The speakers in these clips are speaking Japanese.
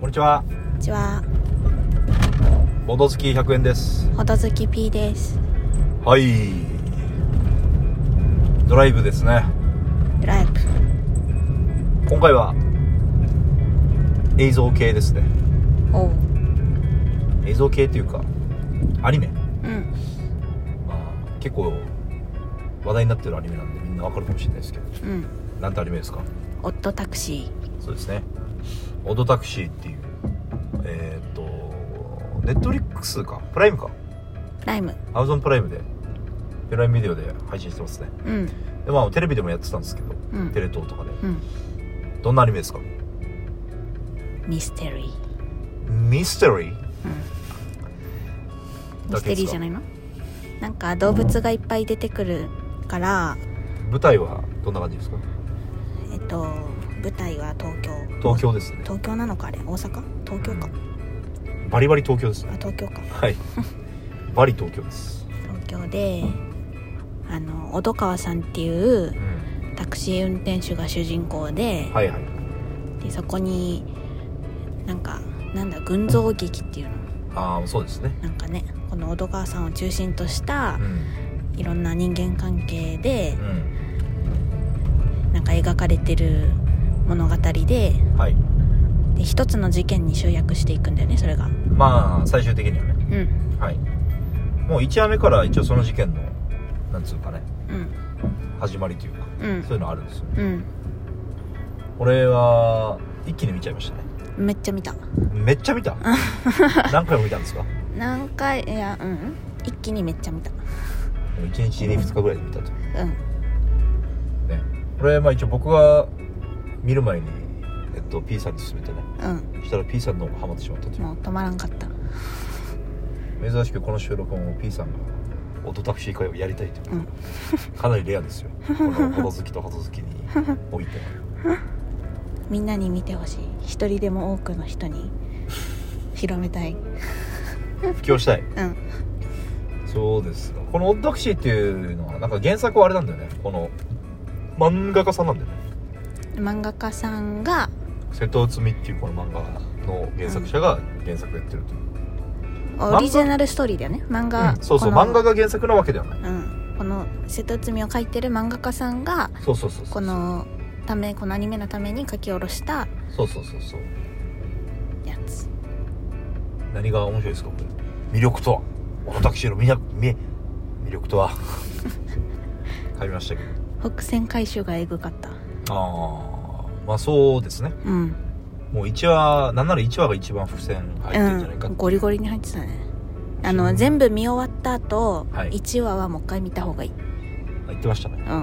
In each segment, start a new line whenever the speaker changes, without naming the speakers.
こんにちは
こんにちは
ボド好き100円です
ほどずき P です
はいドライブですね
ドライブ
今回は映像系ですね
おう
映像系というかアニメ、
うん
まあ、結構話題になってるアニメなんでみんなわかるかもしれないですけど
うん
なんてアニメですか
オットタクシ
そうですね「オドタクシー」っていうえーっとネットフリックスかプライムか
ープライム
アマゾンプライムでプライムビデオで配信してますね
うん
でまあテレビでもやってたんですけど、
うん
テレ東とかで
うん
どんなアニメですか
ミステリー、
ミステリー
うん、ミステリーじゃないのなんか動物がいっぱい出てくるから
舞台はどんな感じですか
えっと舞台は東京
東京ですね
東京なのかあれ大阪東京か
バリバリ東京です
あ
ね
東京か
はい バリ東京です、
東京であの小戸川さんっていうタクシー運転手が主人公で,、
はいはい
でそこになんかなんだ群像劇っていうの
ああそうですね
なんかねこの小戸川さんを中心と
う
した
ん
いろんな人間関係で
う
なんか描かれてる物語で
んはい
で一つの事件に集約していくんだよねそれが
まあ最終的にはね
うん
はいもう1話目から一応その事件のなんつうかね
うん
始まりというか
う
そうい
ん
うのあるんですよ
うん
これは一気に見ちゃいましたね
めっちゃ見た
めっちゃ見 た何回も見たんですかも
何回いやうん一気にめっちゃ見た
う1日に2日ぐらいで見たという
うん
ねこれまあ一応僕が見る前にえっと P さんに勧めてね
うん
そしたら P さんの方がハマってしまったという
もう止まらんかった
珍しくこの収録も P さんがオトタクシー会をやりたいという
うん
かなりレアですよこのほど好きとほど好きにおいて
みんなに見てほしい一人でも多くの人に広めたい
布教したい
うん
そうですかこのオトタクシーっていうのはなんか原作はあれなんだよねこの漫画家さんなんだよね
漫画家さんが
瀬戸内海っていうこの漫画の原作者が原作やってるという、画
オリジナルストーリーだよね漫
う
画、
んそうそう
この
漫画が原作なわけではない
うん、この「瀬戸内海」を描いてる漫画家さんが
そうそうそうそう
このためこのアニメのために書き下ろした
そうそうそうそう
やつ
何が面白いですかこれ魅力とは私の魅力魅魅力 とは買いましたけ
北線回収がえぐかった
どああまあそうですね
うん、
もう1話なんなら1話が一番付箋入ってるんじゃないうか、
ん、ゴリゴリに入ってたねあ
う
の
ん
全部見終わった後、
はい
一1話はもう一回見た方がいい
言ってましたね
う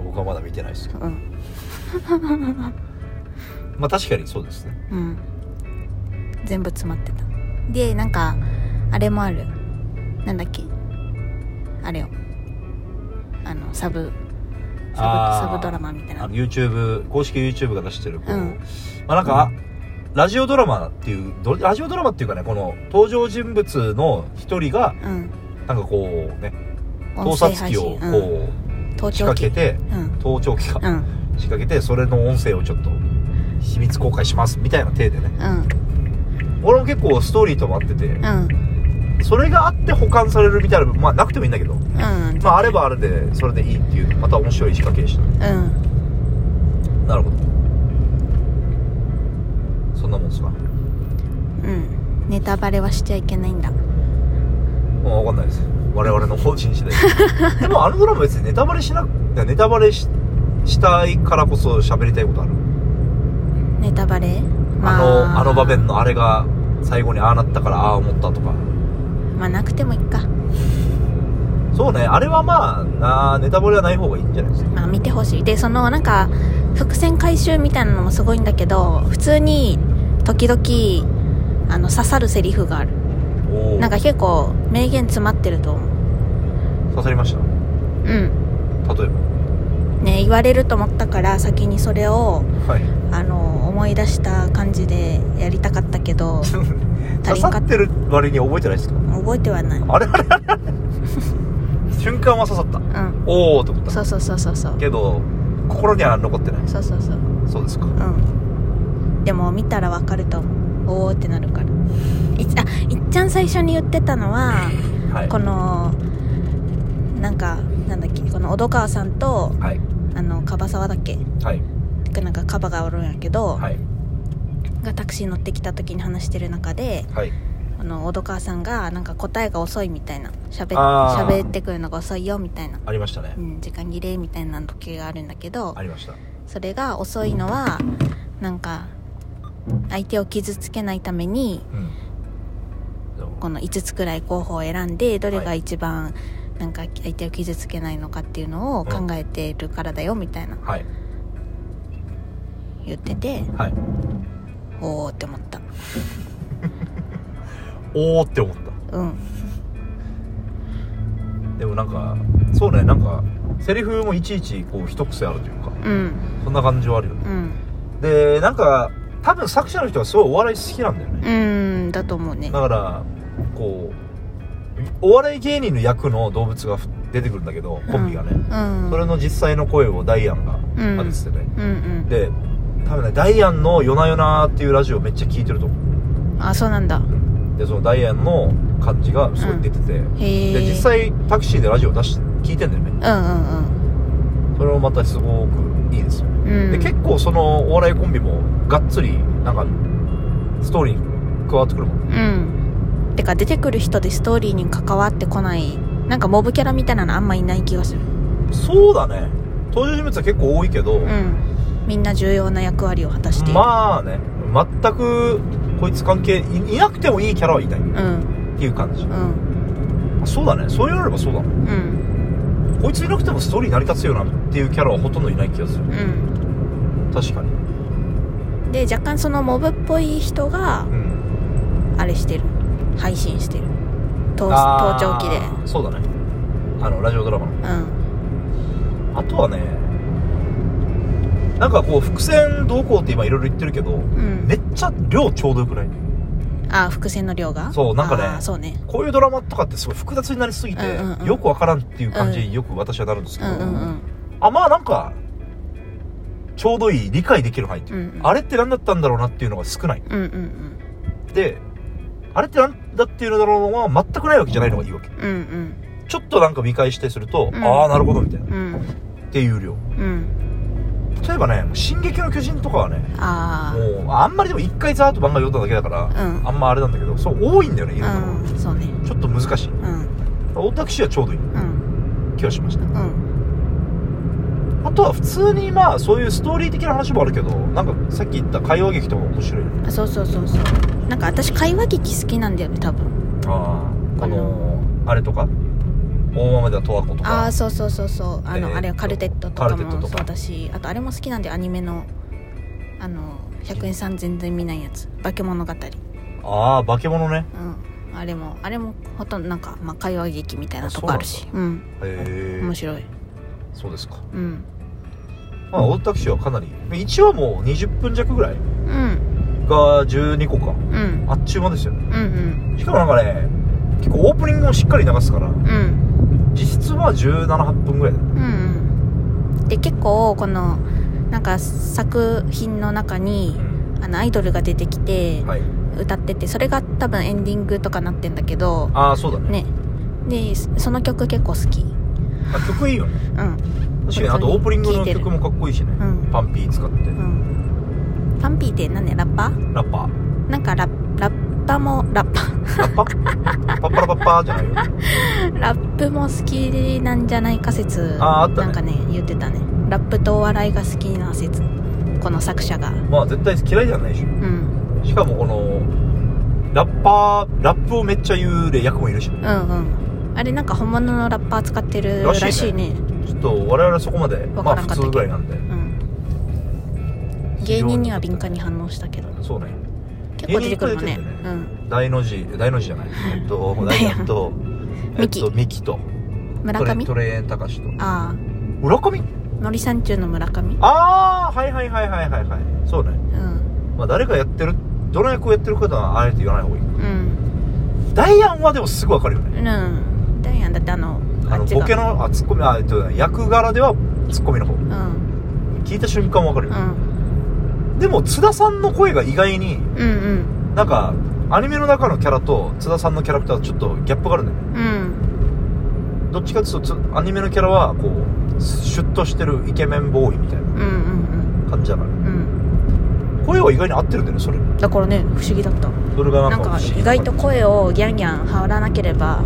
ん
僕はまだ見てないですけど
うん
まあ確かにそうですね
うん全部詰まってたでなんかあれもあるなんだっけあれをあのサブサブ
あー
サブドラマみたい
あ
な
の YouTube 公式 YouTube が出してるこう、
うん
まあなんか、ラジオドラマっていうどラジオドラマっていうかねこの登場人物の一人が
うん
なんかこうね盗
音声
撮
配
機
信
をこう、
うん、盗
仕
聴
掛
器
けて
うん
盗聴器か、
うん
仕掛けてそれの音声をちょっと秘密公開しますみたいな体でね
うん
俺も結構ストーリーとも合ってて
うん
それがあって保管されるみたいなまあなくてもいいんだけど
うん
まああればあれでそれでいいっていうまた面白い仕掛けでしたね
うん
なるほどそんなもんですか
うんネタバレはしちゃいけないんだ
もう分かんないです我々の方針次 第でもあのドラマ別にネタバレしなくいやネタバレししたいからこそ喋りたいことある
ネタバレ
あのあの場面
の
のあれが最後にああなったからああ思ったとか
まあなくてもいいか
そうねあれはまあなネタバレはない方がいいんじゃないですか
まあ見てほしいでそのなんか伏線回収みたいなのもすごいんだけど普通に時々あの刺さるセリフがある
おお
なんか結構名言詰まってると思う
刺さりまし
うん
た例え
ね言われると思ったから先にそれを
ばはい
あの思い出した感じでやりたかったけど
刺さってる割に覚えてないですか
覚えてはない
あれあれあ れあれ瞬間は刺さった
うん
おおと思った
そうそうそうそうそう
けど心には残ってない
そうそうそう
そうですか
うんでも見たらわかると思うおーってなるからいあいっちゃん最初に言ってたのは
はい
このなんかなんだっけこの小戸川さんと
はい
あの樺沢だっけ
はい
てかなんかカバがおるんやけど、
はい
がタクシー乗ってきた時に話してる中で
はい
あの小戸川さんがなんか答えが遅いみたいな喋
あー
喋ってくるのが遅いよみたいな、
ありましたね
うん、時間切れみたいな時があるんだけど
ありました
それが遅いのはなんか相手を傷つけないために
うんそう
この5つくらい候補を選んでどれ
は
が
い
一番なんか相手を傷つけないのかっていうのを考えてるからだよみたいな
はい
言ってて
はい
おおって思った
おおって思った
うん
でもなんかそうねなんかセリフもいちいちこう一癖あるというか
うん
そんな感じはあるよね
うん
でなんか多分作者の人はすごいお笑い好きなんだよね
うんだと思うね
だからこうお笑い芸人の役の動物がふ出てくるんだけどコンビがね、
うん
それの実際の声をダイアンが
うん
当てててね、
うんうん
で多分ねダイアンの「夜な夜な」っていうラジオめっちゃ聞いてると思
あそうなんだ
うでそのダイアンの感じがすごい出てて、
へえ
で実際タクシーでラジオ出し聞いてんだよね
うん
それもまたすごくいいですよ、
うんうんうん
で結構そのお笑いコンビもがっつりなんかストーリーに加わってくるもん
うんてか出てくる人でストーリーに関わってこないなんかモブキャラみたいなのあんまいない気がする
そうだね登場人物は結構多いけど、
うんみんな重要な役割を果たしている
まあね全くこいつ関係いいなくてもいいキャラはいないっ
うん
ていう感じ
うん
そうだねそう言われればそうだ
うん
こいついなくてもストーリー成り立つよなっていうキャラはほとんどいない気がする
う
確かに
んで若干そのモブっぽい人が
うん
あれしてる配信してる盗盗
あー
聴器で
そうだねあのラジオドラマの
うん
あとはねなんかこう伏線どうこうって今いろいろ言ってるけど、
うん
めっちゃ量ちょうどよくない
あ伏線の量が
そうなんかね
あーそうね
こういうドラマとかってすごい複雑になりすぎて、
うんうんうん
よくわからんっていう感じ
う
によく私はなるんですけ
う
ど、
んうんうん
あまあなんかちょうどいい理解できる範囲っていう、
うんうん
あれって何だったんだろうなっていうのが少ない
うんうん
であれって何だっていうのだろうのは全くないわけじゃないのがいいわけ
うんうん
ちょっとなんか見返してすると、
うん
ああなるほどみたいな、
うんうん
っていう量
うん
例えばね「進撃の巨人」とかはね
ああ
もうあんまりでも一回ざーっと漫画読んだだけだから、
うん
あんまあれなんだけどそう多いんだよねいろんなのが、
うんそうね
ちょっと難しい
うん
オタクシーはちょうどいい
うん
気がしました
うん
あとは普通にまあそういうストーリー的な話もあるけどなんかさっき言った会話劇とかも面白いよね
あそうそうそうそうなんか私会話劇好きなんだよね多分
ああこのあれとか大豆田十和子と
あ
か
あそうそうそうそうあの、
えー
あれはカルテットと
カ
か
ルテット
も
と
そ
か
うだしあとあれも好きなんでアニメのあの100円さん全然見ないやつ化け物語う
ああ化け物ね
んあれもあれもほとんどなんか、まあ、会話劇みたいな
あ
とこあるしうん
へ
面
え
白い
そうですか
うん
まあオタクシーはかなり1話もう20分弱ぐらい
うん
が12個か
うん
あっちゅう間ですよね
うんうん
しかもなんかね結構オープニングもしっかり流すから
うん
実質は178分ぐらいだね
うんうんで結構このなんか作品の中にあのアイドルが出てきて
はい
歌っててそれが多分エンディングとかなってんだけど
ああそうだね
ねでそその曲結構好き
あ曲いいよね
うん
確かにあとオープニングの曲もかっこいいしね
うん
パンピー使って
うんパンピーって何ねラッパー
ラッパー
なんかラッラッパもラッパ
ラッパパッパラパッパーじゃないよ
ラップも好きなんじゃないか説
あーあったね
なんかね言ってたねラップとお笑いが好きな説この作者が
まあ絶対嫌いじゃないでしょ
うん
しかもこのラッパーラップをめっちゃ言うで役もいるし
うんうんあれなんか本物のラッパー使ってるら
らしいね
しいね
ちょっと我々はそこまで
わ
ま
か
あ
らんかった
普通ぐらいなんで
うん芸人には敏感に反応したけど
そうね
結構出てくるの
芸
ね
人いっぱい出てる
うん
大の字大の字じゃないえっとダイアン とえ
ミ
っ
キ
とミキと
村
トレ
上
トレーン高志と
ああ
村上
森三中の村上
ああはいはいはいはいはいはいそうね
うん
まあ誰がやってるどの役をやってるかはあえて言わない方がいい
うん
ダイアンはでもすぐわかるよね
うんダイアンだってあの
あの
っちが
ボケのあツッコミあえっと役柄ではツッコミの方
うん
聞いた瞬間わかる
う
よね
ん
でも津田さんの声が意外に
うんうん
なんかアニメの中のキャラと津田さんのキャラクターはちょっとギャップがあるんだよね
うん
どっちかっていうとつアニメのキャラはこうシュッとしてるイケメンボーイみたいな
うんうん
感じだから
うんうん
声は意外に合ってるんだよねそれ
だからね不思議だった
それがな
なん
んか
か
不思議
意外と声をギャンギャン張らなければ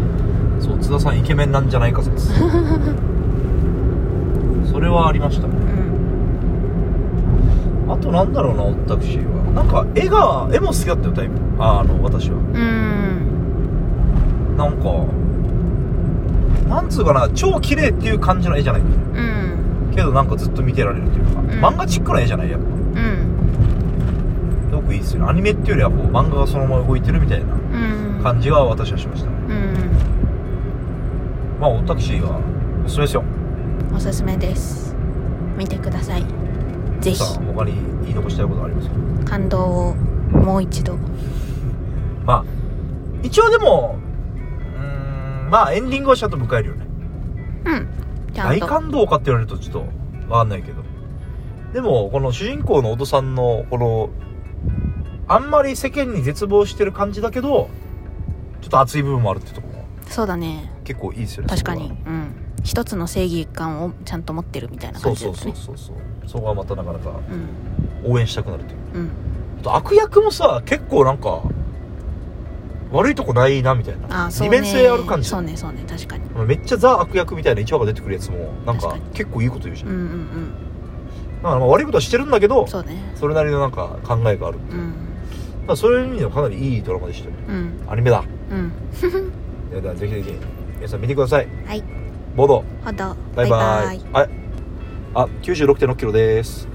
そう津田さんイケメンなんじゃないか説それはありましたね
うん
あとなんだろうな私はなんか絵が絵も好きだったよタイプああの私は
うん
なんかなんつうかな超綺麗っていう感じの絵じゃないんだよね
うん
けどなんかずっと見てられるというか、
ん
漫画チックな絵じゃないやっぱ
うん
すごくいいですよねアニメっていうよりはこう漫画がそのまま動いてるみたいな
うん
感じが私はしましたね
うん
まあオタクシーはおすすめですよ
おすすめです見てくださいぜひ
さあ他に言い残したいことありますか
感動をもう一度
まあ一応でもうーんまあエンディングはちゃんと迎えるよね
うんちゃん
大
と
感動かって言われるとちょっとわかんないけどでもこの主人公のお父さんのこのあんまり世間に絶望してる感じだけどちょっと熱い部分もあるってとこも
そうだね
結構いいですよね
確か
そ
に
こ
うん一つの正義感をちゃんと持ってるみたいな
はそ
感
う
じ
そう
だった
そう
ね
そうそうそこはまたなかなか
うん
応援したくなるという
うん
あと悪役もさ結構なんか悪いとこないなみたいな
あそう
二
ね
面性ある感じ
そうねそうね確かに
めっちゃザ悪役みたいな一話が出てくるやつもなん
確
か
かに
結構いいこと言うじゃ、
うんんう
だ
んうん
からまあ悪いことはしてるんだけど
そうね
それなりのなんか考えがある
うん
まあ、そういう意味ではかなりいいドラマでしたよね
うん
アニメだ
うん
いやだからぜひぜひ皆さん見てください
はい
ボード
ほど
バイバイ
イ
ああ96.6キロです